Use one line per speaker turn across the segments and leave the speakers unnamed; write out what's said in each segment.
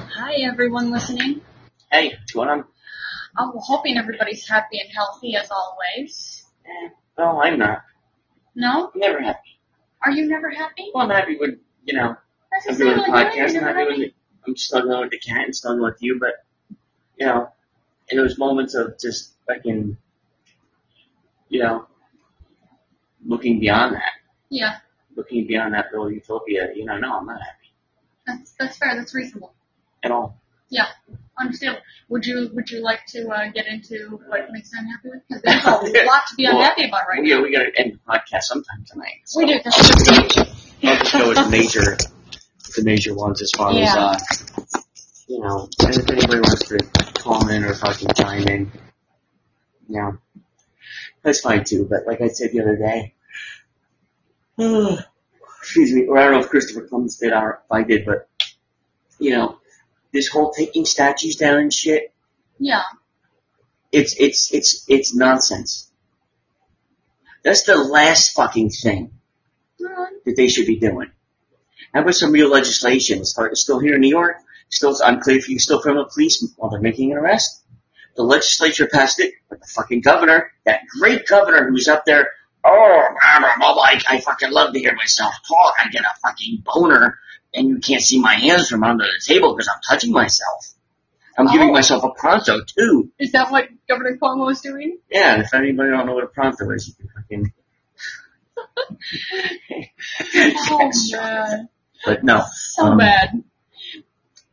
Hi, everyone listening.
Hey, what's going on?
I'm hoping everybody's happy and healthy as always.
Eh, well, I'm not.
No?
I'm never happy.
Are you never happy?
Well, I'm happy with, you know,
That's
I'm
the same
doing the
like mine,
podcast,
you're
I'm
never
not doing
happy.
it. I'm struggling with the cat and struggling with you, but, you know, in those moments of just fucking, you know, looking beyond that,
Yeah, looking
beyond that little utopia, you know, no, I'm not happy
that's, that's fair. That's reasonable.
at all.
Yeah, understandable. Would you Would you like to uh, get into what makes you unhappy with? Because there's a lot to be
Well,
unhappy about right
we,
now.
gotta- we gotta end the podcast sometime tonight. So
We do. That's
I'll just go with the major, the major ones as far as,
Yeah.
uh, you know, and if anybody wants to comment or fucking chime in, you know, that's fine too, but like I said the other day, excuse me, or I don't know if Christopher Columbus did or if I did, but, you know, this whole taking statues down and shit,
yeah,
it's, it's, it's, it's nonsense. That's the last fucking thing.
Mm,
that they should be doing. How about some real legislation? It's hard- it's still here in New York. Still it's unclear if you can still criminal police while they're making an arrest. The legislature passed it, but the fucking governor, that great governor who's up there, oh, blah, blah, blah, blah, I, I fucking love to hear myself talk. I get a fucking boner, and you can't see my hands from under the table because I'm touching myself. I'm
Oh.
giving myself a pronto too.
is that what Governor Cuomo is doing?
Yeah, and if anybody don't know what a pronto is, you can fucking.
Oh man,
But no,
so
Um,
bad.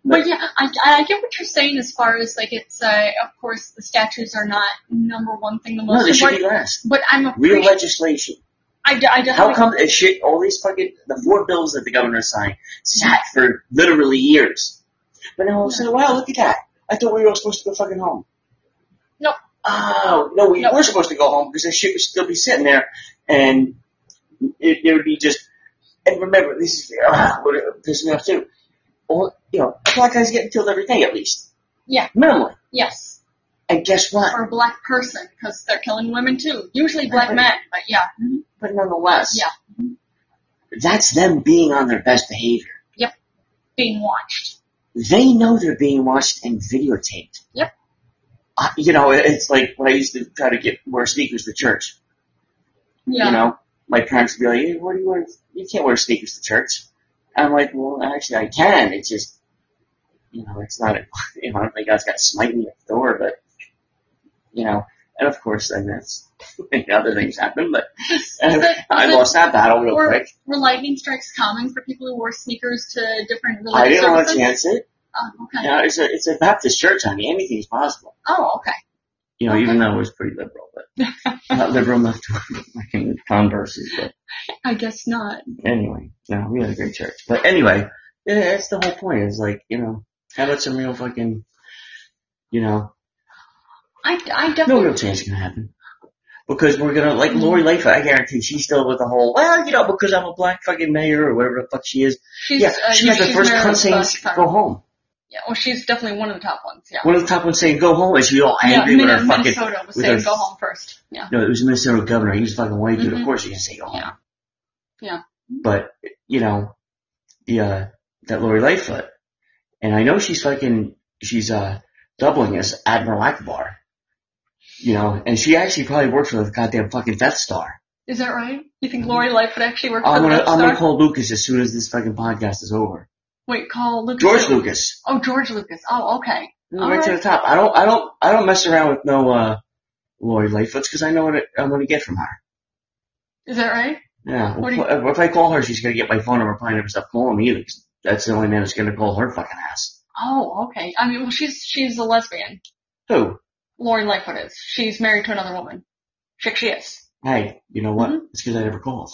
But yeah, I, I get what you're saying as far as like it's uh, of course the statues are not number one thing the most
no, they should be
important.
last.
But I'm a
Real legislation.
I, d- I definitely
How come it shit all these fucking the four bills that the governor signed sat for literally years? But now all of a sudden, wow, look at that! I thought we were all supposed to go fucking home.
No.
Oh no, we
No.
were supposed to go home because that shit would still be sitting there, and it, it would be just. And remember, this is uh, what it pisses me off too. All you know, a black guy's getting killed every day at least.
Yeah.
minimally.
yes
And guess what?
for a black person because they're killing women too. Usually black men, but yeah,
But nonetheless,
Yeah.
that's them being on their best behavior.
being watched.
they know they're being watched and videotaped.
Yep.
Uh, you know, it- it's like when I used to try to get wear sneakers to church.
Yeah,
You know, my parents would be like, hey, "What do you wear? You can't wear sneakers to church." I'm like, "Well, actually, I can. It's just, you know, it's not. A, you know, I don't think God's got to smite me at the door, but you know." And of course, then that's other things happen. But
Is
uh,
it-
I
is it-
lost that battle real
were,
quick.
were lightning strikes common for people who wore sneakers to different religious
I didn't want
services?
to chance it.
Oh, okay.
You know, it's a it's a Baptist church. I mean, anything's possible.
Oh, okay.
you know,
Okay.
even though it was pretty liberal, but not liberal enough to fucking converses. But
I guess not.
anyway, no, we had a great church. But anyway, yeah, that's the whole point. Is like, you know, how about some real fucking, you know,
I, I
no
definitely
real change is gonna happen because we're gonna like Lori Lightfoot.
Mm-hmm.
I guarantee she's still with the whole. Well, you know, because I'm a black fucking mayor or whatever the fuck she is.
she's
yeah,
uh,
she
yeah,
was the
she's
first
Marilyn
cunt saying
Monroe.
go home.
Yeah, well, she's definitely one of the top ones. Yeah.
One of the top ones saying go home, and she was all angry
yeah,
with
Min-
her fucking.
Minnesota was
with
saying
her-
go home first. Yeah.
No, it was a Minnesota governor. He was fucking white dude.
Mhm.
Of course, you can say go home.
Yeah. Yeah.
But you know, the uh, that Lori Lightfoot, and I know she's fucking she's uh doubling as Admiral Akbar. You know, and she actually probably works for the goddamn fucking Death Star.
Is that right? You think Lori Lightfoot actually worked
I'm
for the
gonna
Death
I'm
Star?
gonna call Lucas as soon as this fucking podcast is over.
Wait, call Lucas.
George Lucas,
Oh, George Lucas. Oh, okay.
right, to
Alright.
the top. I don't I don't I don't mess around with no uh Lori Lightfoot's because I know what it, I'm gonna get from her.
Is that right?
Yeah,
What do you-
if, if I call her, she's gonna get my phone number. Probably never stop calling me either. 'cause that's the only man that's gonna call her fucking ass.
Oh, okay. I mean, well, she's she's a lesbian.
Who?
Lori Lightfoot is. She's married to another woman. Chick, she is.
Hey, you know what?
Mhm.
It's because I never called.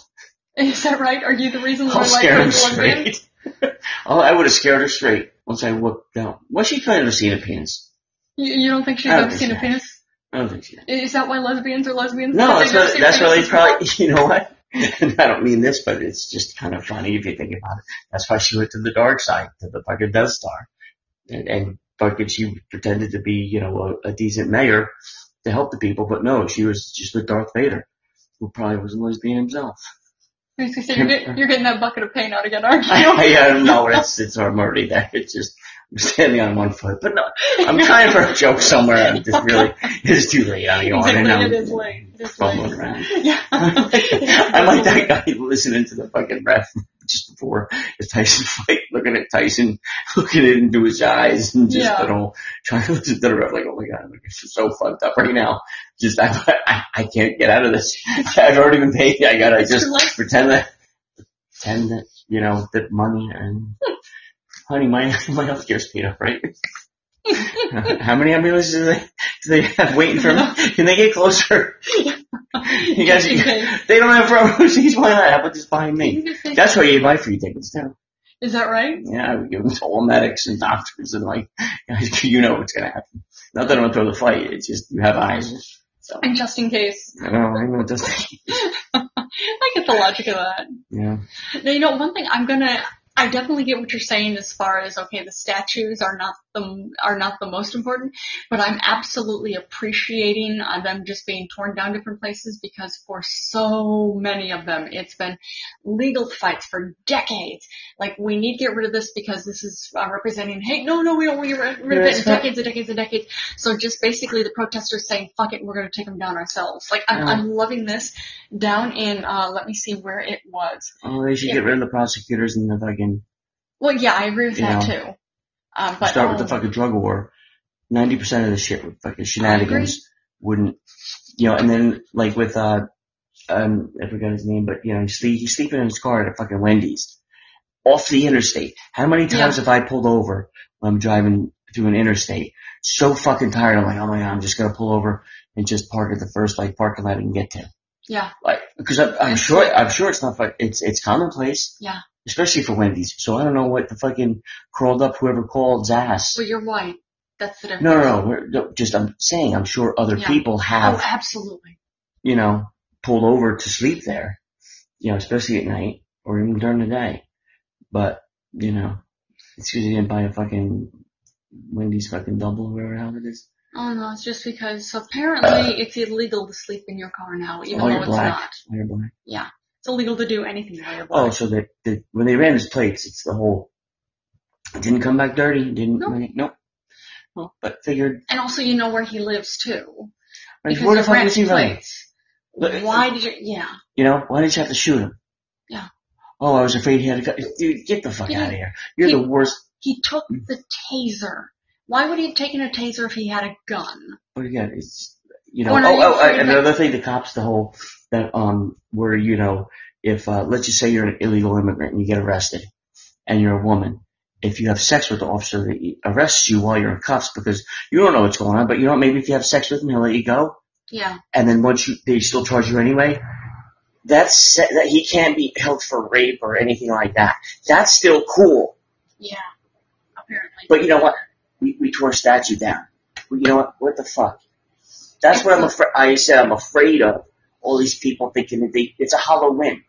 Is that right? Are you the reason
I'll
Lori
scare her
Lightfoot is a lesbian?
straight. oh, I would have scared her straight once I whooped out. Well, she could have seen a penis.
You, you don't think she's
I don't
ever
think
seen a
so.
penis?
I don't think she did.
Is that why lesbians are lesbians?
No,
Because
that's,
they've never
what,
seen
that's why
penises
they probably, you know what? And I don't mean this, but it's just kind of funny if you think about it. That's why she went to the dark side, to the fucking Death Star. And, and fucking she pretended to be, you know, a, a decent mayor to help the people, but no, she was just with Darth Vader, who probably was a lesbian himself.
before? So you're, get, you're getting that bucket of pain out again, aren't you?
I, I don't know. It's it's already there. It's just I'm standing on one foot, but no, I'm trying for a joke somewhere. and Just really, it's too late out here.
Exactly,
and
it
I'm
is late. It is
fumbling
late.
around.
Yeah.
I'm like that guy listening to the fucking ref just before the Tyson fight, looking at Tyson, looking into his eyes, and just
Yeah.
I don't trying to listen to the ref like, oh my god, I'm so fucked up right now. Just I, I, I can't get out of this. I've already been paid. I gotta
It's
just
too late.
pretend that pretend that you know that money and honey, my my health care's paid off, right? How many ambulances do they, do they have waiting for me? Can they get closer? You guys,
Just in case.
they don't have problems. He's why not? How about just behind me?
Just in
That's why you buy free tickets too.
case. Is that right?
Yeah, I would give them to all medics and doctors and like, you know what's gonna happen. Not that I'm gonna throw the fight. It's just you have eyes. So
And just in case.
I don't know. I know it doesn't.
I get the logic of that.
Yeah.
Now, you know, one thing I'm gonna, I definitely get what you're saying as far as okay, the statues are not the are not the most important, but I'm absolutely appreciating uh, them just being torn down different places because for so many of them, it's been legal fights for decades. Like we need to get rid of this because this is uh, representing. Hey, no, no, we don't want to get rid of
Yeah,
it.
it's
It's
not-
decades and decades and decades. So just basically the protesters saying, "Fuck it, we're gonna take them down ourselves." Like I'm,
Yeah.
I'm loving this down in. Uh, let me see where it was.
Oh, they should get rid of the prosecutors and the fucking
Well, yeah, I agree with
You
that
know.
too. Um, but
start with
oh,
the fucking drug war. Ninety percent of the shit with fucking shenanigans wouldn't, you know. And then like with uh, um, I forgot his name, but you know, he's, sleep, he's sleeping in his car at a fucking Wendy's off the interstate. How many times have I pulled over when I'm driving through an interstate? So fucking tired. I'm like, oh my god, I'm just gonna pull over and just park at the first like parking lot I can get to.
yeah,
Like, because I'm, I'm sure, I'm sure it's not, fu- it's, it's commonplace.
Yeah.
Especially for Wendy's. So I don't know what the fucking crawled up whoever called's ass.
but you're white. That's the difference.
No, no, no, we're, no, just I'm saying, I'm sure other
Yeah.
people have,
Oh, absolutely.
you know, pulled over to sleep there. You know, especially at night or even during the day. But, you know, it's because you didn't buy a fucking Wendy's fucking double or whatever the hell it is.
Oh no, it's just because so apparently it's illegal to sleep in your car now, even
Uh. Oh,
though
you're
it's
black.
not.
Or you're black.
It's illegal to do anything while you're
Oh,
black.
so that the, when they ran his plates, it's the whole. It didn't come back dirty. Didn't
Nope.
make- nope. Well, but figured.
And also, you know where he lives too.
Like,
Because
where the
of
fuck
Rand
was he uh, running?
Place.
Look-
Why did you? Yeah,
You know, why did you have to shoot him?
Yeah.
Oh, I was afraid he had a gun. Dude, get the fuck
He
out of
didn't-
here. You're
he-
the worst.
he took
Hmm.
the taser. Why would he have taken a taser if he had a gun?
But again, it's you know.
Or
Oh,
no, you
oh,
were afraid
I-
of
another thing. The cops, the whole that um, where you know, if uh, let's just say you're an illegal immigrant and you get arrested, and you're a woman. If you have sex with the officer that arrests you while you're in cuffs because you don't know what's going on, but you know what, maybe if you have sex with him, he'll let you go.
Yeah,
and then once you, they still charge you anyway. That's se- that he can't be held for rape or anything like that. That's still cool.
yeah. Apparently.
But you know what? We, we tore a statue down. But you know what? What the fuck? That's what I'm afraid. I said I'm afraid of all these people thinking that they it's a hollow win.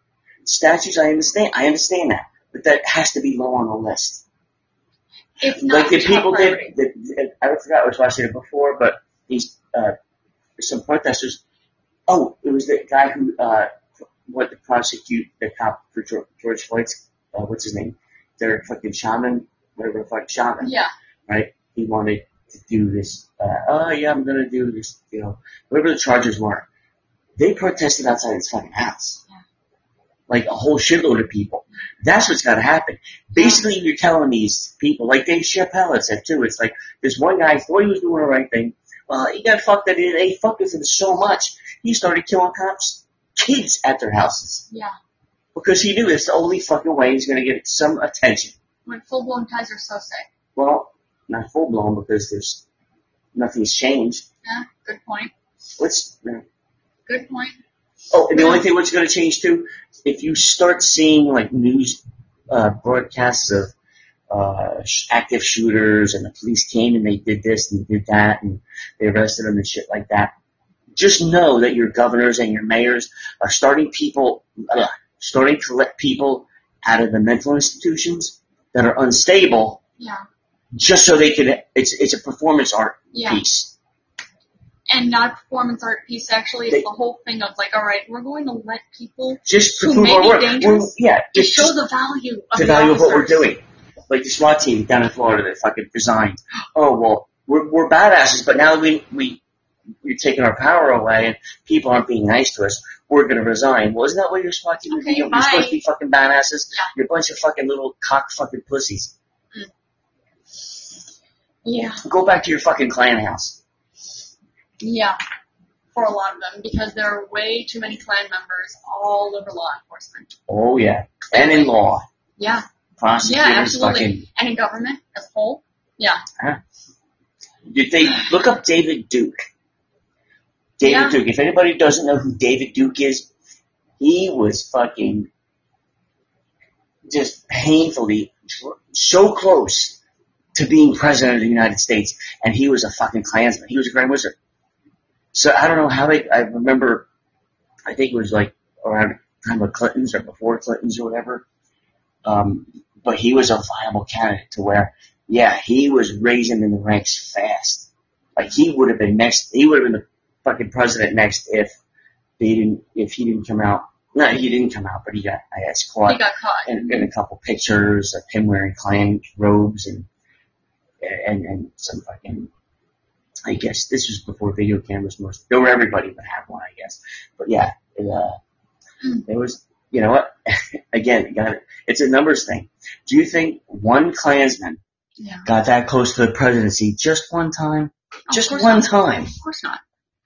Statues, I understand. I understand that, but that has to be low on the list.
it's not
like the
top
people did.
priority.
The, the, I forgot which watching it before, but these uh, some protesters. Oh, it was the guy who uh, went to prosecute the cop for George, George Floyd's. Uh, what's his name? Their fucking shaman, whatever the fuck shaman.
Yeah.
Right? He wanted to do this. Uh, oh yeah, I'm gonna do this. You know, whatever the charges were. They protested outside his fucking house.
Yeah.
Like a whole shitload of people. That's what's gotta happen basically you're telling these people, like Dave Chappelle had said too, it's like this one guy thought he was doing the right thing. Well, he got fucked at it. They fucked with him so much, he started killing cops, kids at their houses.
Yeah.
Because he knew it's the only fucking way he's going to get some attention.
Went full blown Kaiser Sose.
Well, not full blown because there's nothing's changed.
Yeah, good point.
What's
Good point.
Oh, and the only thing what's going to change too, if you start seeing like news uh, broadcasts of uh, sh- active shooters and the police came and they did this and did that and they arrested them and shit like that, just know that your governors and your mayors are starting people, uh, starting to let people out of the mental institutions that are unstable
Yeah.
just so they can. It's it's a performance art
Yeah.
piece.
And not performance art piece actually
They-
it's the whole thing of like, alright, we're going to let people
Just to
Who
prove
may
our
be
work.
dangerous?
We're- yeah,
to
just
show the value of
the
the
value of what we're
officers.
doing. like the SWAT team down in Florida that fucking resigned. Oh well, we're we're badasses, but now we we we're taking our power away and people aren't being nice to us. We're gonna resign. Well, isn't that what your SWAT team is?
Okay,
You're supposed
bye.
to be fucking badasses.
Yeah.
You're a bunch of fucking little cock fucking pussies.
Yeah,
Go back to your fucking clan house.
yeah. For a lot of them, because there are way too many clan members all over law enforcement.
Oh yeah, and in law,
Yeah,
prosecutors
yeah, absolutely.
fucking.
And in government as a whole. Yeah,
Did they look up David Duke? David
Yeah.
Duke. If anybody doesn't know who David Duke is, he was fucking just painfully dr- so close to being president of the United States, and he was a fucking Klansman. He was a Grand Wizard. So I don't know how they. I remember, I think it was like around the time of Clinton's or before Clinton's or whatever. Um, but he was a viable candidate to where yeah, he was raising in the ranks fast. Like he would have been next. He would have been the fucking president next if they didn't. If he didn't come out. No, he didn't come out, but he got I guess
he
caught
got caught.
in, in a couple pictures of him wearing Klan robes and and and some fucking. I guess this was before video cameras. Most there were everybody would have one, I guess. But yeah, it, uh,
Hmm.
it was. You know what? Again, got it. It's a numbers thing. Do you think one Klansman
Yeah.
got that close to the presidency just one time.
Of
Just
course
one
not.
time.
Of course not.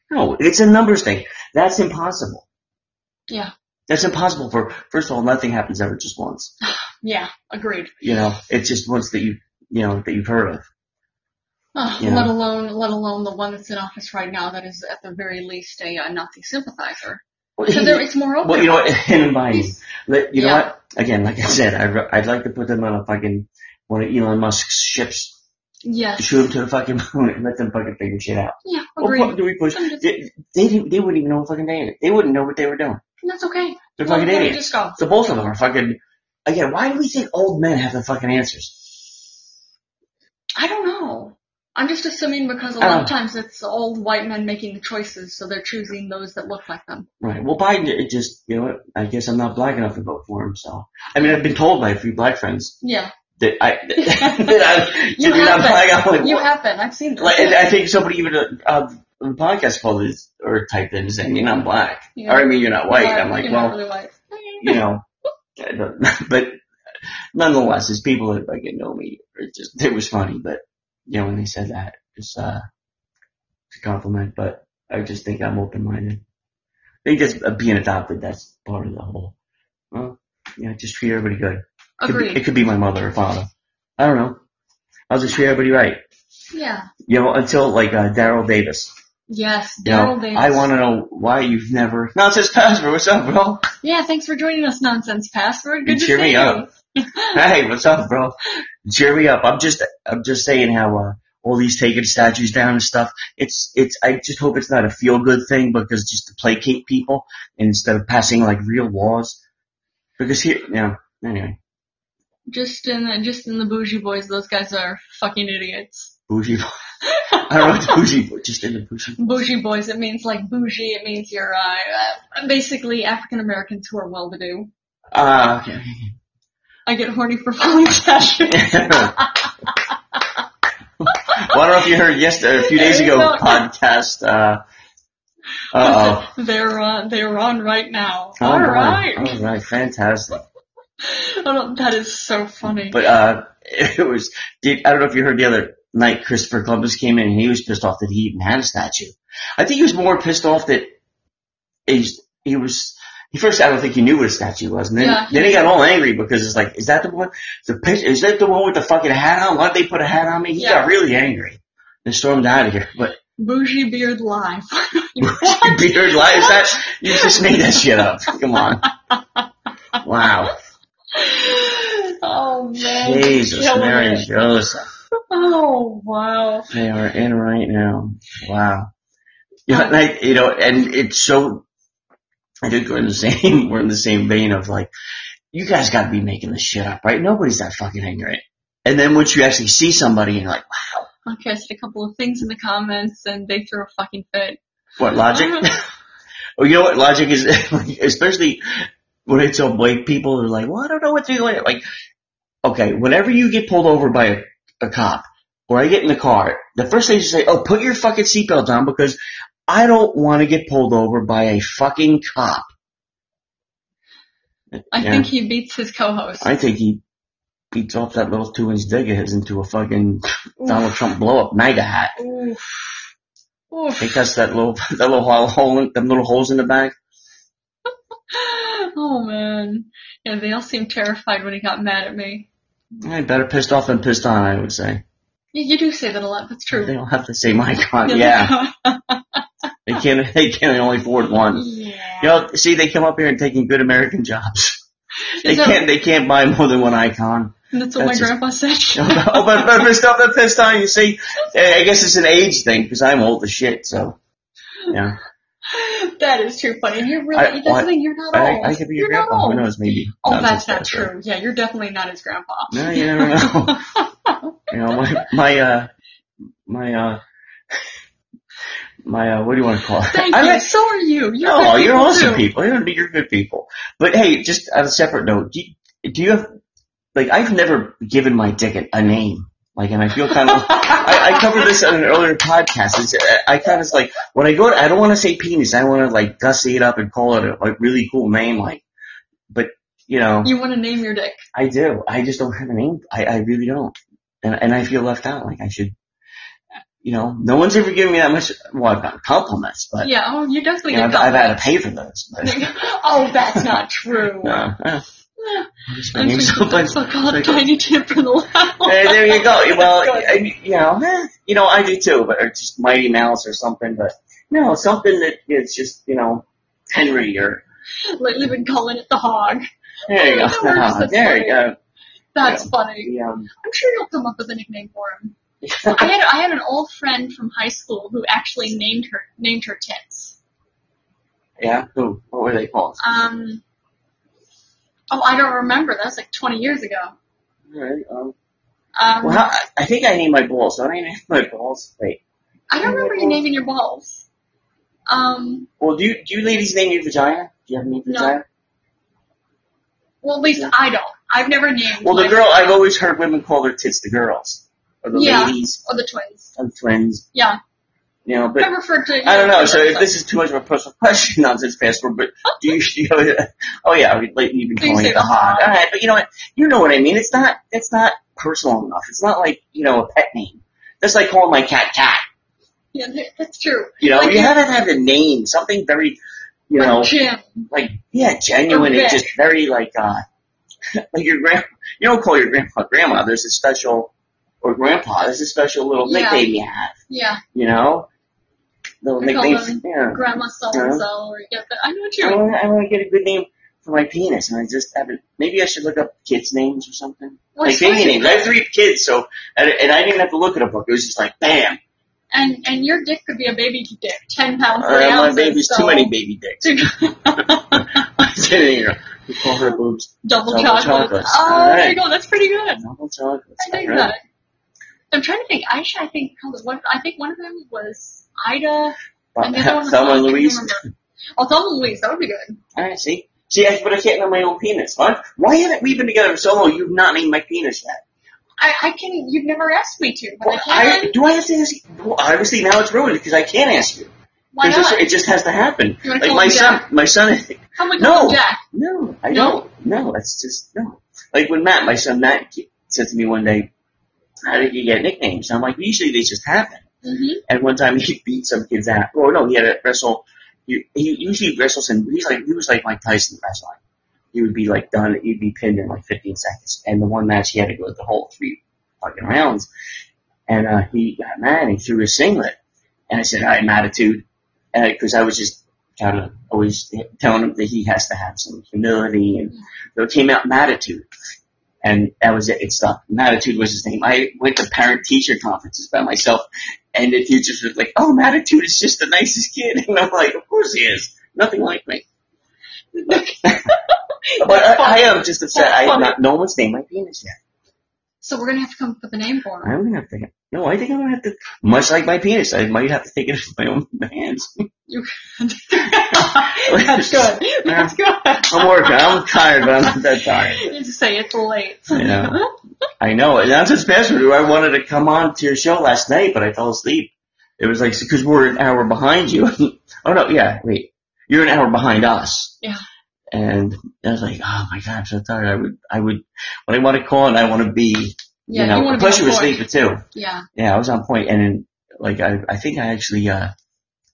No, it's a numbers thing. That's impossible.
Yeah.
That's impossible for, first of all, nothing happens ever just once.
Yeah, agreed.
You know, it's just once that you, you know, that you've heard of.
Ugh,
Yeah.
Let alone, let alone the one that's in office right now that is at the very least a, uh Nazi sympathizer.
Well,
So there, it's more open.
well you know what, and Biden. Let- You know
Yeah.
what? Again, like I said, I, re- I'd like to put them on a fucking, one of Elon Musk's ships,
Yes.
shoot them to the fucking moon and let them fucking figure shit out.
Yeah,
What
agreed.
fuck do we push?
I'm just-
They, they, didn't- they wouldn't even know what fucking day it is. They wouldn't know what they were doing.
And that's okay.
They're
Well,
fucking
let it
idiots.
Just go.
So both of them are fucking. Again, why do we think old men have the fucking answers?
I don't know. I'm just assuming because a lot
Oh.
of times it's old white men making the choices, so they're choosing those that look like them.
Right. Well, Biden it just you know what? I guess I'm not black enough to vote for him. So I mean, I've been told by a few black friends
Yeah,
that I that I
You
that you're
have
not black. I'm like,
you
what?
have been. I've seen them.
like and I think somebody even uh, uh, on the podcast called this or typed in saying you're not black
Yeah.
or I mean you're not white.
Yeah,
I'm like,
you're
well,
not really white.
you know, I don't- but nonetheless, it's people that fucking know me. It just it was funny, but you know when they said that, it's uh, it's a compliment. But I just think I'm open minded. I think that's uh, being adopted. That's part of the whole. Well, you know, just treat everybody good. Could be, it
Agreed.
could be my mother or father. I don't know. I'll just treat everybody right.
Yeah.
You know, until like uh, Daryl Davis.
Yes.
You know,
Daryl Davis.
I want to know why you've never. No, it says Pastor. What's up, bro?
Yeah, thanks for joining us, Nonsense Password. Good
You
to
cheer
see
me
you.
up. hey, what's up, bro? Cheer me up. I'm just, I'm just saying how uh, all these taking statues down and stuff. It's, it's. I just hope it's not a feel good thing because just to placate people instead of passing like real laws. Because here, you know, anyway,
Just in the, just in the bougie boys, those guys are fucking idiots.
bougie. I don't know what's bougie, but just in the bougie.
Bougie boys, it means like bougie, it means you're, uh, uh, basically African Americans who are well to do.
Ah, okay.
I get horny for falling statues.
well, I don't know if you heard yesterday, a few days ago, podcast. Uh, uh
They're on, they're on right now.
oh.
All right.
All right. Fantastic.
Oh, that is so funny.
But uh, it was. Did, I don't know if you heard the other night. Christopher Columbus came in and he was pissed off that he even had a statue. I think he was more pissed off that he's, he was. He first, I don't think he knew what a statue was, and then
Yeah.
then he got all angry because it's like, is that the one? The picture, is that the one with the fucking hat on? Why'd they put a hat on me? He
Yeah.
got really angry and stormed out of here. But
Bougie beard live.
beard lie is that? You just made that shit up. Come on. Wow.
oh man.
Jesus,
Killing
Mary and
it.
Joseph.
Oh wow.
They are in right now. Wow. Yeah, and I, you know, and it's so. I think we're in the same. We're in the same vein of like, you guys got to be making this shit up, right? Nobody's that fucking ignorant. And then once you actually see somebody, and you're like,
Okay, I said a couple of things in the comments and they threw a fucking fit.
what logic? oh, you know what logic is? Especially when I tell white people, they're like, well, I don't know what to do. Like, okay, whenever you get pulled over by a, a cop or I get in the car, the first thing you say, oh, put your fucking seatbelt on because I don't want to get pulled over by a fucking cop.
I
Yeah.
think he beats his co-host.
I think he beats off that little two inch dick of his into a fucking Donald Trump blow up MAGA hat.
Oof. Oof.
He cuts that little that little hole- hole in, them little holes in the back.
Oh man. Yeah, they all seemed terrified when he got mad at me.
I better pissed off than pissed on, I would say.
You, you do say that a lot, that's
They
true.
don't have the same icon. Yeah. They can't they can only afford one.
yeah.
You know, see they come up here and taking good American jobs. They
Is that-
can't they can't buy more than one icon.
That's what my
That's just-
grandpa said.
oh, but, but pissed off than pissed on, you see. I guess it's an age thing because I'm old as shit, so yeah.
that is too funny. You're really,
I-
that's
I-
the thing, you're not
I,
old.
I could be your
you're
grandpa.
Not
Who
old.
knows? Maybe.
Oh,
Not
that's
just
not
that, so.
true. Yeah, you're definitely not his grandpa.
No, you never know. you know, my my uh my uh my uh what do you want to call it?
Thank
I
you.
like-
so are you. You're
no,
good
you're
people,
awesome
too.
people. You're you're good people. But hey, just on a separate note, do you, do you have like I've never given my dick a, a name. Like, and I feel kind of. I, I covered this on an earlier podcast. It's, I kind of like when I go. To, I don't want to say penis. I want to like gussy it up and call it a, a really cool name. Like, but you know,
You want to name your dick.
I do. I just don't have a name. I, I really don't. And, and I feel left out. Like I should, you know, no one's ever given me that much. Well, I've got compliments, but
yeah, oh, you definitely
you know,
get
I've, I've had to pay for those. But,
compliments. Oh, that's not true.
no, eh,
Yeah.
just my
I'm
name's
so,
so much.
called Tiny Tim for the
Eh,
Loud.
there you go. Well, I, you know, eh, you know, I do too, but or just Mighty Mouse or something. But no, something that it's just you know Henry or
Lately been calling it the hog.
there you
Oh,
go.
that works, that's
there you go.
That's
Yeah.
funny.
The, um,
I'm sure you'll come up with a nickname for him. I had I had an old friend from high school who actually named her named her tits.
yeah. Who? What were they called?
Um, oh, I don't remember. That was like 20 years ago.
All right. Um,
Um,
Well, how, I think I need my balls. Don't I need my balls? Wait.
I don't remember you naming your balls. Um,
Well, do you, do you ladies name your vagina? Do you have a name for
No.
vagina?
well, at least I don't. I've never named.
Well, the
my-
girl, I've always heard women call their tits the girls. Or the
Yeah.
ladies.
or the twins.
Or the twins.
Yeah,
You know,
I
but
refer to.
I don't know. So if this is too much of a personal question, not this password, but do you, do you oh yeah, we- like, you've been
Do you
calling
say
it the
the
hog.
hog?
Alright, but you know what? You know what I mean. It's not, it's not personal enough. It's not like, you know, a pet name. That's like calling my cat cat.
yeah, that- that's true.
You know,
Like
you
you-
have to have a name, something very, you
Like
know,
Jim.
like yeah, genuine
Or
and
Vic.
just very like uh like your grand you don't call your grandpa grandma, there's a special or grandpa, there's a special little
Yeah.
nickname you have,
Yeah,
you know? Little
We call
nicknames
them
yeah.
Grandma so and so. Or yeah, but I know what you
I
mean.
wanna I wanna get a good name for my penis and I just haven't maybe I should look up kids' names or something.
What's
like baby
funny-
names. I have three kids so and, and I didn't have to look at a book. It was just like bam.
And and your dick could be a baby dick, ten pounds
Uh,
three
my
ounces.
baby's
so
too many baby dicks. I didn't you know, you call her boobs
double,
Double
chocolate.
chocolates.
Oh, there you
Alright.
go. That's pretty good.
double chocolates.
I dig
Alright.
that. I'm trying to think. Actually, I think probably one. I think one of them was Ida.
But
and the other one was
Thelma and
I can't
Louise.
remember. Oh, Thelma and Louise. That would be good.
Alright, see? See, I, but I can't name my own penis, huh? Why haven't we been together for so long you've not named my penis yet?
I, I can. You've never asked me to, but
Well,
I can.
I, do I have to ask you? Well, obviously now it's ruined because I can't ask you.
Why
It's
not?
just, it just has to happen.
You wanna
Like
call
my
him
son,
Jack?
my son,
Come with
No.
Uncle Jack.
no, I
No?
don't. No, that's just, no. Like when Matt, my son Matt ki- said to me one day, how did you get nicknames? And I'm like, usually they just happen.
Mm-hmm.
And one time he beat some kid's ass. Well, no, he had a wrestle. He, he usually wrestles in. He's like he was like Mike Tyson wrestling. He would be like done. He'd be pinned in like 15 seconds. And the one match he had to go the whole three fucking rounds. And uh, he got mad. and He threw his singlet. And I said, "All right, attitude," because I was just kind of always telling him that he has to have some humility. And so it came out attitude. And that was it. It stuck. Attitude was his name. I went to parent teacher conferences by myself and the teachers were like, oh, Matitude is just the nicest kid. And I'm like, of course he is. Nothing like me. but I, I am just upset. I have not, no one's named my penis yet.
So we're gonna have to come up with a name for him.
I'm gonna have to, no, I think I'm gonna have to, much like my penis, I might have to take it in my own hands.
You, that's good. That's good.
I'm working. I'm tired, but I'm not that tired.
You just say it's late.
Yeah. I know. And that's what's best for you. I wanted to come on to your show last night, but I fell asleep. It was like, because we're an hour behind you. oh, no, yeah, wait. You're an hour behind us.
Yeah.
And I was like, oh my God, I'm so tired. I would, I would, when I want to call and I want to be,
yeah,
you
you
know,
want to
plus
be
you were
on point.
sleeping too.
Yeah.
Yeah, I was on point, and then, like I, I think I actually uh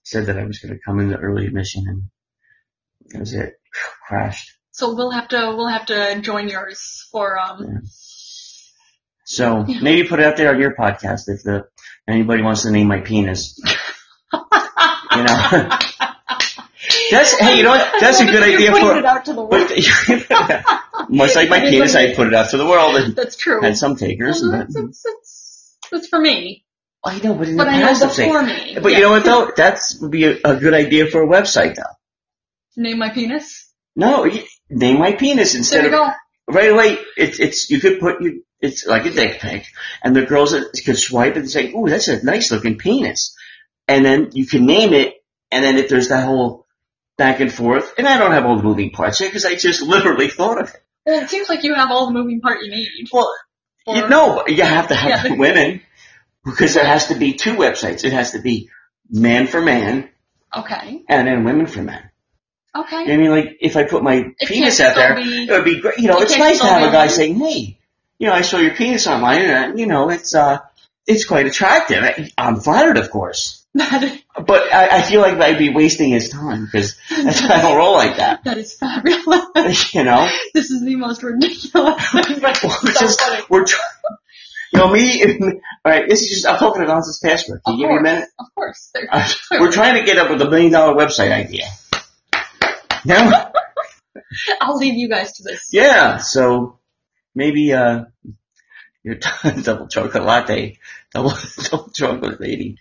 said that I was going to come in the early admission, and that was it. Crashed.
So we'll have to we'll have to join yours for um.
So
Yeah.
maybe put it out there on your podcast if the anybody wants to name my penis. you know, that's hey, you know what? That's a good
You're
idea
putting it
for.
out to the world.
But, much like my
It is
penis,
what it
I put it out to the world and
That's true.
had some takers.
Well,
And
that's,
that,
that's, that's, that's for me.
I know, but in
But
the
I know
past, I'm saying-
before me.
eh, But you know what though? That's would be a, a good idea for a website though.
Name my penis.
No, you, name my penis
There
instead
you
of
go.
right away. It's it's you could put you it's like a dick pic, and the girls that could swipe it and say, "Ooh, that's a nice looking penis," and then you can name it, and then if there's that whole back and forth, and I don't have all the moving parts here because I just literally thought of it.
Well, it seems like you have all the moving part you need.
Well, you
Or-
know, you have to have
Yeah.
women because there has to be two websites. It has to be man for man
Okay.
and then women for men.
Okay.
I mean, like if I put my
It
penis
can't
out there,
still be-
it would be great. You know,
it
it's
can't
nice to
still
have
be
a guy
on-
saying, "Hey, you know, I saw your penis online, and you know, it's uh, it's quite attractive." I, I'm flattered, of course,
That,
but I, I feel like I'd be wasting his time because I don't roll like that.
that is fabulous.
You know,
this is the most ridiculous thing. But
Well,
it's
it's
so
just-
funny.
we're tr- you know me. all right, this is just I'm talking about this password. Can
Of
you give me a
course,
minute?
Of course. There-
Uh, we're trying to get up with a million dollar website idea. No,
I'll leave you guys to this.
yeah. So maybe uh your double chocolate latte, double double chocolate lady.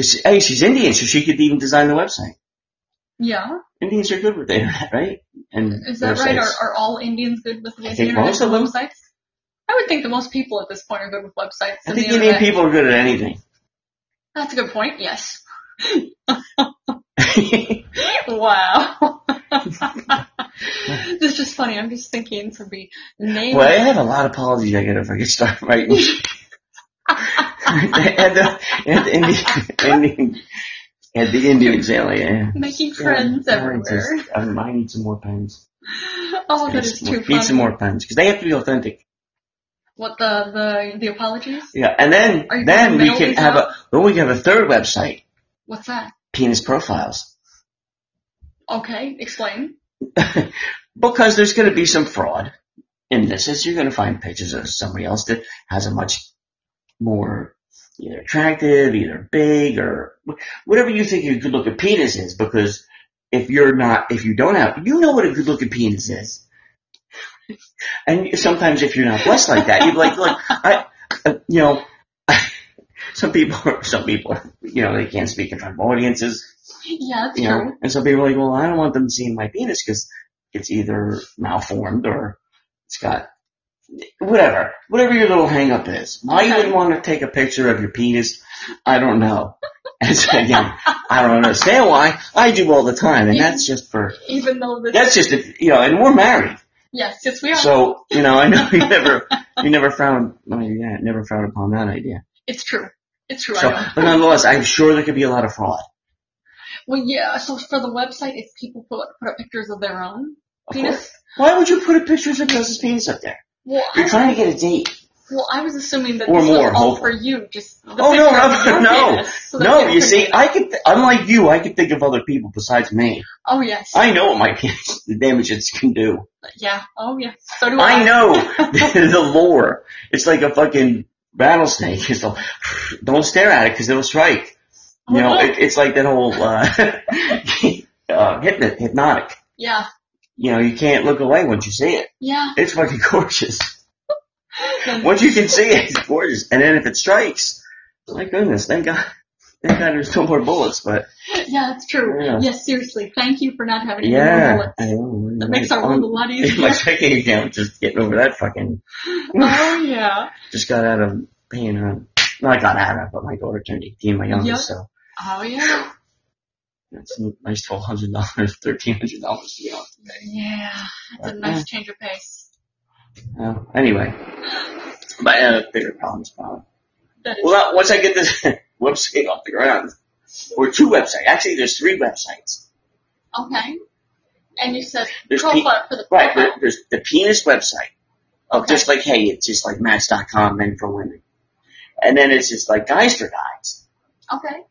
She- Hey, she's Indian, so she could even design the website.
Yeah.
Indians are good with the internet, right? And
Is that right? Are,
websites.
are all Indians good with the
I think most
international
of them.
websites? I would think that most people at this point are good with websites.
I
and
think
the
Indian
internet.
people are good at anything.
That's a good point. Yes. Wow. this is just funny. I'm just thinking to be named.
well, I have a lot of apologies I get if I get started right. and the, and the Indian, Indian, and the Indian example, yeah.
Making friends
Yeah, I
everywhere.
just- I, I need some more pens.
Oh, that
Need
is
some more-
too
Need some
funny.
more pens because they have to be authentic.
What the the the apologies?
Yeah, and then
Are you gonna
then we
mail
can
these
have
out?
a then we can have a third website.
What's that?
penis profiles.
Okay, explain.
because there's going to be some fraud in this. Is you're going to find pictures of somebody else that has a much more either attractive, either big, or wh- whatever you think a good looking penis is. Because if you're not, if you don't have, you know what a good looking penis is. And sometimes if you're not blessed like that, you're like, look, I, uh, you know, some people, are- some people, are, you know, they can't speak in front of audiences
Yeah, that's
you know,
true.
and some people are like, well, I don't want them seeing my penis because it's either malformed or it's got whatever, whatever your little hang up is. Why you
Okay.
would want to take a picture of your penis, I don't know. And so again, I don't understand why. I do all the time, and that's just for
Even though this
that's just if, you know, and we're married,
yes, yes we are.
so you know, I know you never you never frowned, well, yeah, never frowned upon that idea.
it's true. It's true.
So,
I know.
but nonetheless, I'm sure there could be a lot of fraud.
Well, yeah. So for the website, if people put put up pictures of their own
Of course.
penis,
Why would you put a picture of somebody else's penis up there?
well,
You're
I,
trying to get a date.
well, I was assuming that
Or
this
more,
was all
hopefully.
for you. Just the
Oh, no,
picture of your
no, no.
penis, so that
No,
people
you
could
see,
be-
I could, unlike you, I could think of other people besides me.
Oh yes.
I know what my penis, the damage it can do.
yeah. Oh yes. So do I.
I know the lore. It's like a fucking rattlesnake. It's all, don't stare at it because it'll strike. You
Oh,
know, it, it's like that whole, uh, uh hypno- hypnotic.
Yeah.
You know, you can't look away once you see it.
Yeah.
It's fucking gorgeous.
Then-
Once you can see it, it's gorgeous. And then if it strikes, my goodness, thank God, thank God there's no more bullets, but
Yeah, it's true.
Yeah.
Yes, seriously. Thank you for not having any more
Yeah.
bullets.
I know.
That makes our world a lot
Um,
easier.
my checking account just getting over that fucking
oh yeah.
just got out of paying uh Not I got out of, but my daughter turned eighteen, my youngest,
Yep.
so
Oh yeah.
That's a nice twelve hundred dollars, thirteen hundred dollars to be on.
Yeah, that's a nice change of pace.
Uh, anyway, but I have bigger problems probably.
That is,
Well, now, once I get this website off the ground, or two websites. Actually, there's three websites.
okay. And you said
There's
profile
pe-
for the
right. There,
profile.
there's the penis website of
Okay.
just like hey, it's just like Match.com, men for women, and then it's just like guys for guys.
Okay.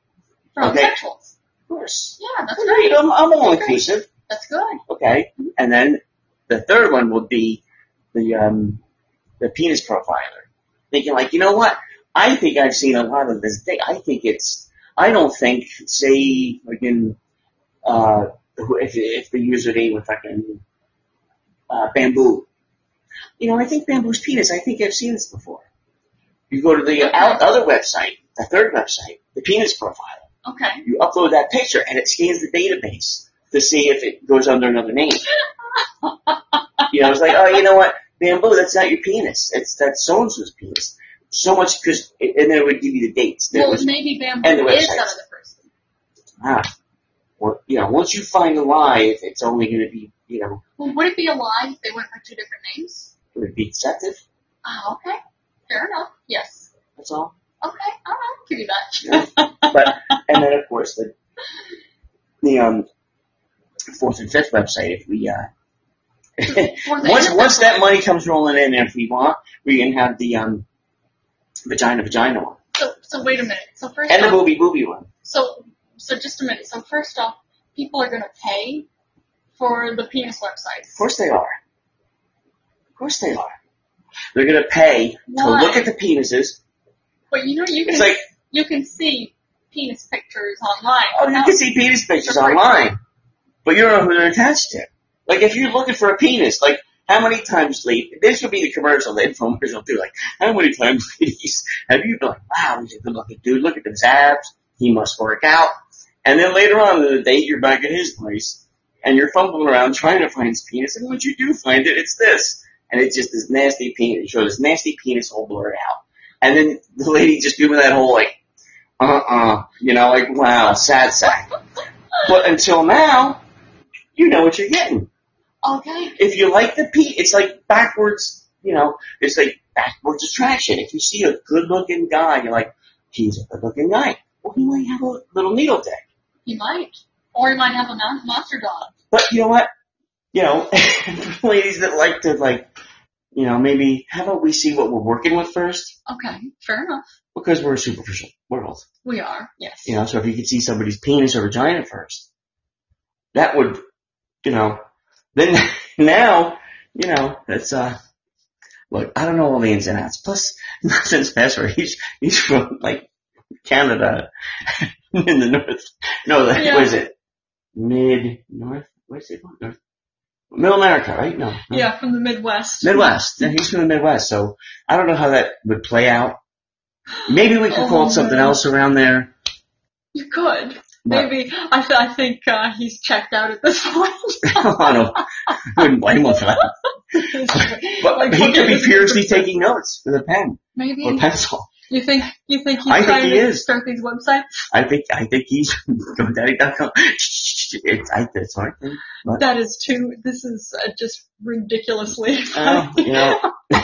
For
Okay.
homosexuals.
Of course,
Yeah, that's
Well, there you
great.
go. I'm, I'm all inclusive.
That's good.
Okay, and then the third one would be the um, the penis profiler. Thinking like, you know what? I think I've seen a lot of this thing. I think it's. I don't think, say, again, uh, who- if if the username was fucking uh, bamboo. You know, I think bamboo's penis. I think I've seen this before. You go to the out, other website, the third website, the penis profiler
Okay.
you upload that picture and it scans the database to see if it goes under another name. you know, it's like, oh, you know what, bamboo, that's not your penis. It's that's so and so's penis. So much because, and then it would give you the dates. There
Well,
was,
maybe bamboo
and the
is
websites.
another person.
ah, well, you know, once you find the lie, if it's only going to be, you know,
Well, would it be a lie if they went by two different names?
it would be deceptive.
Ah, okay. Fair enough. Yes.
That's all.
Okay. All right. Give you that.
Yeah. but and then of course the the um fourth and fifth website. If we uh,
For the
Once
internet
once that money comes rolling in, if we want, we can have the um, vagina vagina one
So, so wait a minute. So first
and the
off,
booby booby one.
so so just a minute. So first off, people are going to pay for the penis
Of
websites.
course they are. Of course they are. They're gonna pay
Why?
to look at the penises.
But you know you
It's
can
like
you can see penis pictures online.
oh, you
Now,
can see penis pictures
For free.
online, but you don't know who they're attached to. Like if you're looking for a penis, like how many times, late? This would be the commercial, the infomercial too. Like how many times, ladies, have you been like, wow, he's a good-looking dude. Look at his abs. He must work out. And then later on in the day, you're back at his place and you're fumbling around trying to find his penis. And once you do find it, it's this. And it's just this nasty penis. You show this nasty penis all blurred out. And then the lady just doing that whole like, uh-uh, you know, like, wow, sad sack. But until now, you know what you're getting.
okay.
If you like the pe, it's like backwards, you know, it's like backwards attraction. If you see a good looking guy, you're like, he's a good looking guy. Well, he might have a little needle dick.
You might, or you might have a mon- monster dog.
But you know what? You know, ladies that like to like, you know, maybe how about we see what we're working with first?
Okay. Fair enough.
Because we're a superficial world.
We are. Yes.
You know, so if you could see somebody's penis or vagina first, that would, you know, then now, you know, that's, uh, look, I don't know all the ins and outs. Plus, nothing's password. He's, he's from, like, Canada in the north. No, that,
Yeah.
what is it? Mid, north? What is it? North? Middle America, right? No. no.
Yeah, from the Midwest.
Midwest. And he's from the Midwest, so I don't know how that would play out. Maybe we could call
Oh,
it something
no.
else around there.
You could.
but-
Maybe I, th- I think uh, he's checked out at this point.
I don't, I wouldn't blame him for that. But
Like,
he could
okay,
be
this is-
furiously taking notes with a pen
Maybe
or pencil.
you think you think he's
I think
trying
he
to
is.
start these websites.
I think, I think he's GoDaddy.com. It's, I, it's hard.
That is too. This is uh, just ridiculously.
Uh, you know,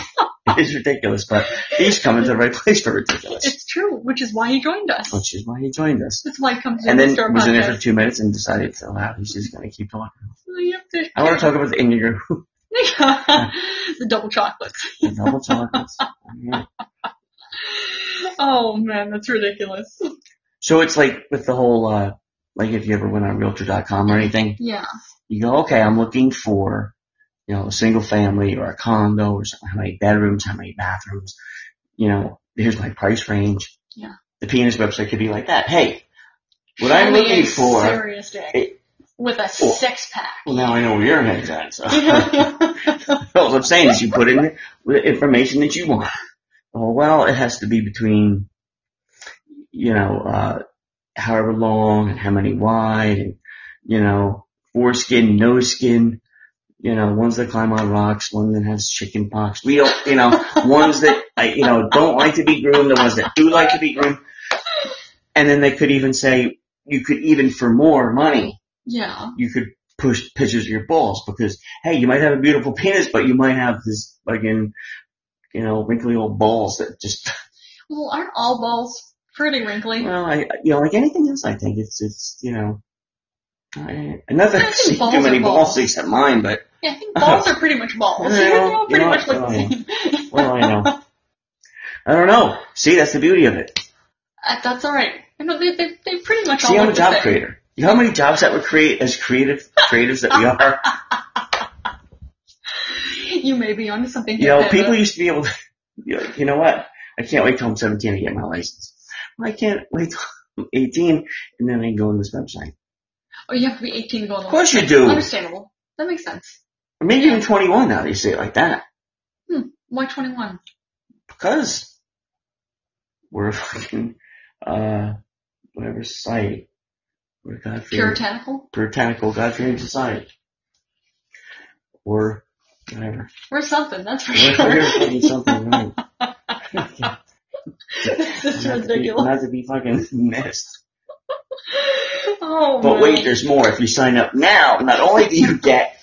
it's ridiculous, but he's coming to the right place for ridiculous,
it's true, which is why he joined us.
which is why he joined us.
That's why he comes
And
in
then
to start
was in there
podcast.
for two minutes and decided to wow, he's just gonna keep talking.
You have to-
I want to talk about the in your
the double chocolates.
double chocolates. Yeah.
Oh man, that's ridiculous.
So it's like with the whole, uh, like if you ever went on Realtor.com or anything,
Yeah.
you go, okay, I'm looking for, you know, a single family or a condo or something, how many bedrooms, how many bathrooms, you know, here's my price range.
Yeah.
The penis website could be like that. Hey, what
Show
I'm
me
looking
a
for,
serious dick
it-
with a six pack.
well now I know where your head's at, so. All I'm saying is you put in the information that you want. Oh, well, it has to be between, you know, uh, however long and how many wide and, you know, foreskin, no skin, you know, ones that climb on rocks, one that has chicken pox. We don't, you know, ones that, I, you know, don't like to be groomed, the ones that do like to be groomed. And then they could even say, you could even for more money,
Yeah.
you could push pictures of your balls because hey, you might have a beautiful penis, but you might have this again, you know, wrinkly old balls that just
Well, aren't all balls pretty wrinkly?
well, I you know, like anything else, I think it's it's you know, I, another
I think
see
balls
too many
are
balls
balls.
except mine, but
Yeah, I think balls are pretty much balls.
Yeah,
They're all pretty
yeah,
much look
yeah.
the same.
well, I know. I don't know. See, that's the beauty of it.
Uh, That's all right. I know they they they pretty much
See,
all
I'm a
look
job
the same.
creator. You know how many jobs that would create as creative creatives that we are.
You may be onto something.
You
here,
know,
Panda.
people used to be able to, be like, you know what? I can't wait till I'm 17 to get my license. Well, I can't wait till I'm 18 and then I can go on this website.
Oh, you have to be 18 to go on the
Of course you do.
Understandable. That makes sense.
Or maybe even 21 now that you say it like that.
Why 21?
Because we're a fucking, uh, whatever society. We're a God-fearing,
Puritanical?
puritanical, God-fearing society. Or whatever.
We're something, that's for
We're,
sure.
we're fucking something wrong.
That's just
Not to be-
ridiculous.
Not to be fucking missed.
Oh,
But
my.
wait, there's more. If you sign up now, not only do you get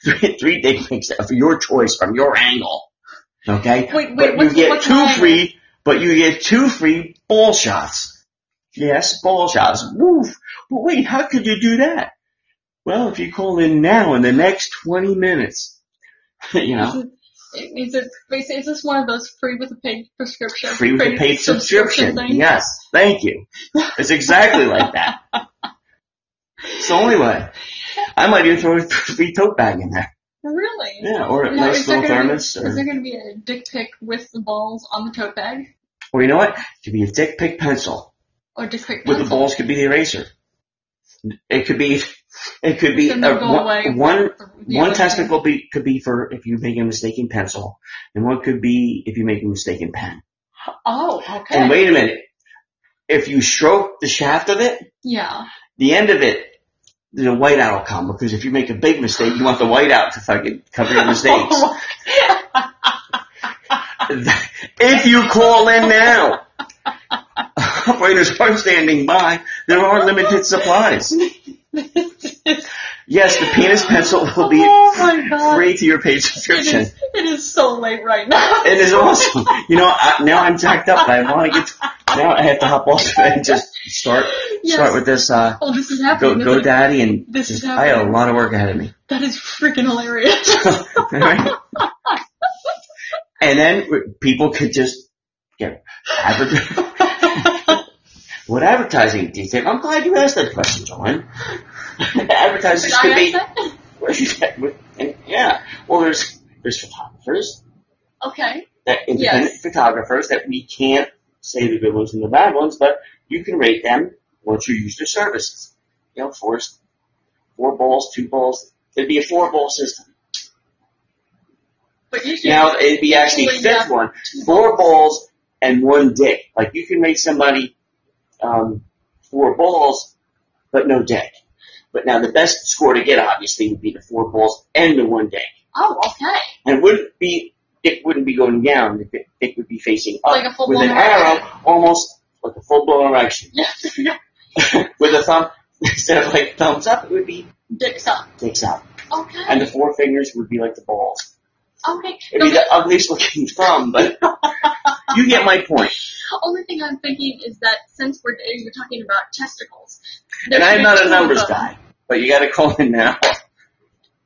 three, three dick pics of your choice from your angle, okay?
Wait, wait,
But you
what's,
get
what's
two
my-
free, but you get two free ball shots. Yes, ball shots. Woof. But wait, how could you do that? Well, if you call in now in the next 20 minutes, you know,
Is it, basically, is this one of those free with a paid prescription?
free with a paid subscription.
thing?
Yes, thank you. It's exactly like that. It's the only way. I might even throw a free tote bag in there.
Really?
Yeah, or a
Now,
nice
is there
little
gonna be-
thermos.
Is there
Or,
going to be a dick pic with the balls on the tote bag?
or you know what? It could be a dick pic pencil.
Or dick pic
With the
pencil?
balls could be the eraser. It could be, it could be,
Then they'll
a,
go away.
one, one,
The
one
other thing?
testicle be, could be for if you make a mistake in pencil, and one could be if you make a mistake in pen.
Oh, okay.
And wait a minute. If you stroke the shaft of it,
Yeah.
the end of it, the whiteout will come because if you make a big mistake, you want the whiteout to fucking cover your mistakes.
Oh,
if you call in now, operators are standing by. There are limited supplies. Yes, the penis pencil will be
oh my god.
free to your paid
It
subscription.
is, it is so late right now.
It is awesome. You know, I, now I'm jacked up. I want to get. Now I have to hop off and just start
Yes.
start with this. Uh,
Oh, this is
go
happening.
go
isn't it?
daddy and
This is
just, I have a
happening.
lot of work ahead of me.
That is freaking hilarious.
Right? and then people could just get adver- what advertising do you think? I'm glad you asked that question, John.
Did
Advertisers
I
could
ask
be
that?
yeah. Well, there's there's photographers
Okay.
that independent photographers that we can't say the good ones and the bad ones, but you can rate them once you use their services. You know, four four balls, two balls. It'd be a four ball system.
But you should.
Now it'd be actually
Yeah.
fifth one, four balls and one dick. Like you can make somebody um, four balls, but no dick. But now the best score to get obviously would be the four balls and the one dick.
oh, okay.
And it wouldn't be dick wouldn't be going down. The dick- dick would be facing up
Like a full
with an
blown
arrow, almost like a full blown erection.
Yes.
with a thumb instead of like thumbs up, it would be
Dicks up.
dicks up,
Okay.
and the four fingers would be like the balls.
okay.
It'd
The
be the ugliest looking thumb, but you get my point.
only thing I'm thinking is that since we're you're talking about testicles, there
And
should
I'm
be
not
two
a
of
numbers
them.
guy, but you gotta call in now.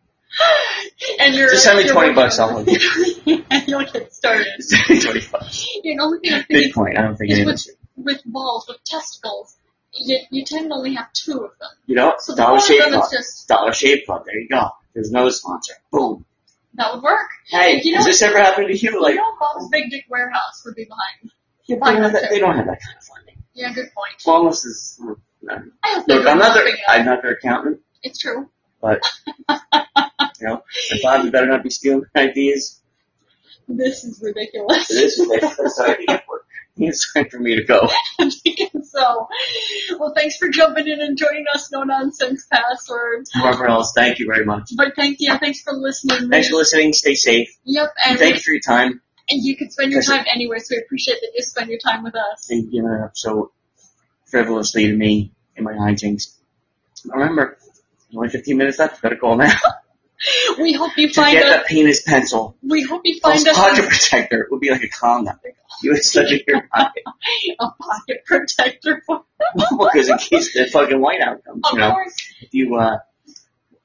And you're
Just send me
you're
20
working
bucks,
on
I'll
it. and you'll get started. The only thing I'm thinking
Bitcoin, I don't think
It's
it
with,
is.
with balls, with testicles, you, you tend to only have two of them.
You know,
So the
Dollar
one of
Shave
them
Club.
is just,
Dollar Shave Club, there you go. There's no sponsor. Boom.
that would work.
Hey,
You know-
has this ever happened to you?
you
Like,
know, Bob's Big Dick Warehouse would be behind.
yeah,
why
they, don't have
not?
that, they don't have that kind of funding.
Yeah, good point.
Flawless is, no.
I hope they're
Look,
doing
I'm not their,
something else.
I'm not their accountant,
It's true.
but, you know, if I better not be stealing ideas,
This is ridiculous.
It is ridiculous that I think it worked. It's time for me to go.
I'm thinking so, well, thanks for jumping in and joining us, No Nonsense Passwords.
However else, thank you very much.
But thank you. Thanks for listening.
Thanks for listening. Stay safe.
Yep. And,
Thank you for your time.
and you can spend your
Listen.
time anywhere, so we appreciate that you spend your time with us.
And you know, so frivolously to me in my hijinks. I remember, only 15 minutes left, gotta call now.
We hope you
to
find
get
us.
a penis pencil,
We hope you
a
find us
pocket protector would be like a condom. You would slip it in your pocket.
a pocket protector. Of
because in case the fucking white out comes, you know,
course.
if you, uh,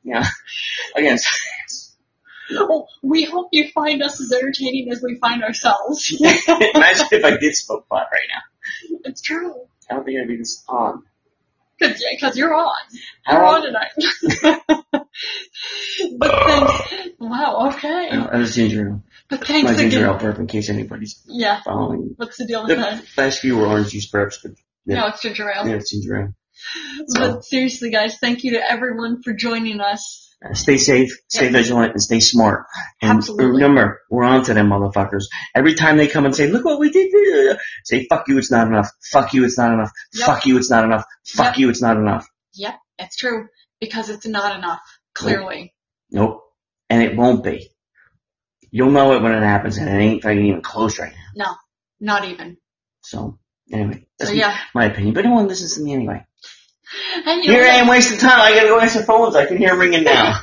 yeah. Again,
Oh, we hope you find us as entertaining as we find ourselves.
imagine if I did smoke pot right now.
It's true.
I don't think I'd be this on.
Because you're on.
How
You're on
long?
tonight. but thanks. Wow, okay.
I was ginger.
But
My
thanks
ginger
again.
ale burp in case anybody's
Yeah.
following.
What's the deal with
The
that?
last few were orange juice burps, but Yeah.
No, it's ginger ale.
yeah, it's ginger ale. So-
But seriously, guys, thank you to everyone for joining us.
Uh, Stay safe, stay vigilant, and stay smart. And
Absolutely.
remember, we're on to them motherfuckers. Every time they come and say, look what we did, uh, say, fuck you, it's not enough. Fuck you, it's not enough.
Yep.
Fuck you, it's not enough. Fuck
Yep.
you, it's not enough.
Yep, it's true. Because it's not enough, clearly.
Nope. And it won't be. You'll know it when it happens, and it ain't fucking even close right now.
Not even.
So, anyway, that's
So yeah.
my opinion. But no one listens to me anyway.
And you know
Here I
what?
am wasting time. I gotta go answer phones. I can hear them ringing now.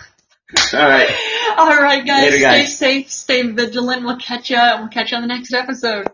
Alright.
All right, guys.
Later, guys.
Stay safe. Stay vigilant. We'll catch you. We'll catch you on the next episode.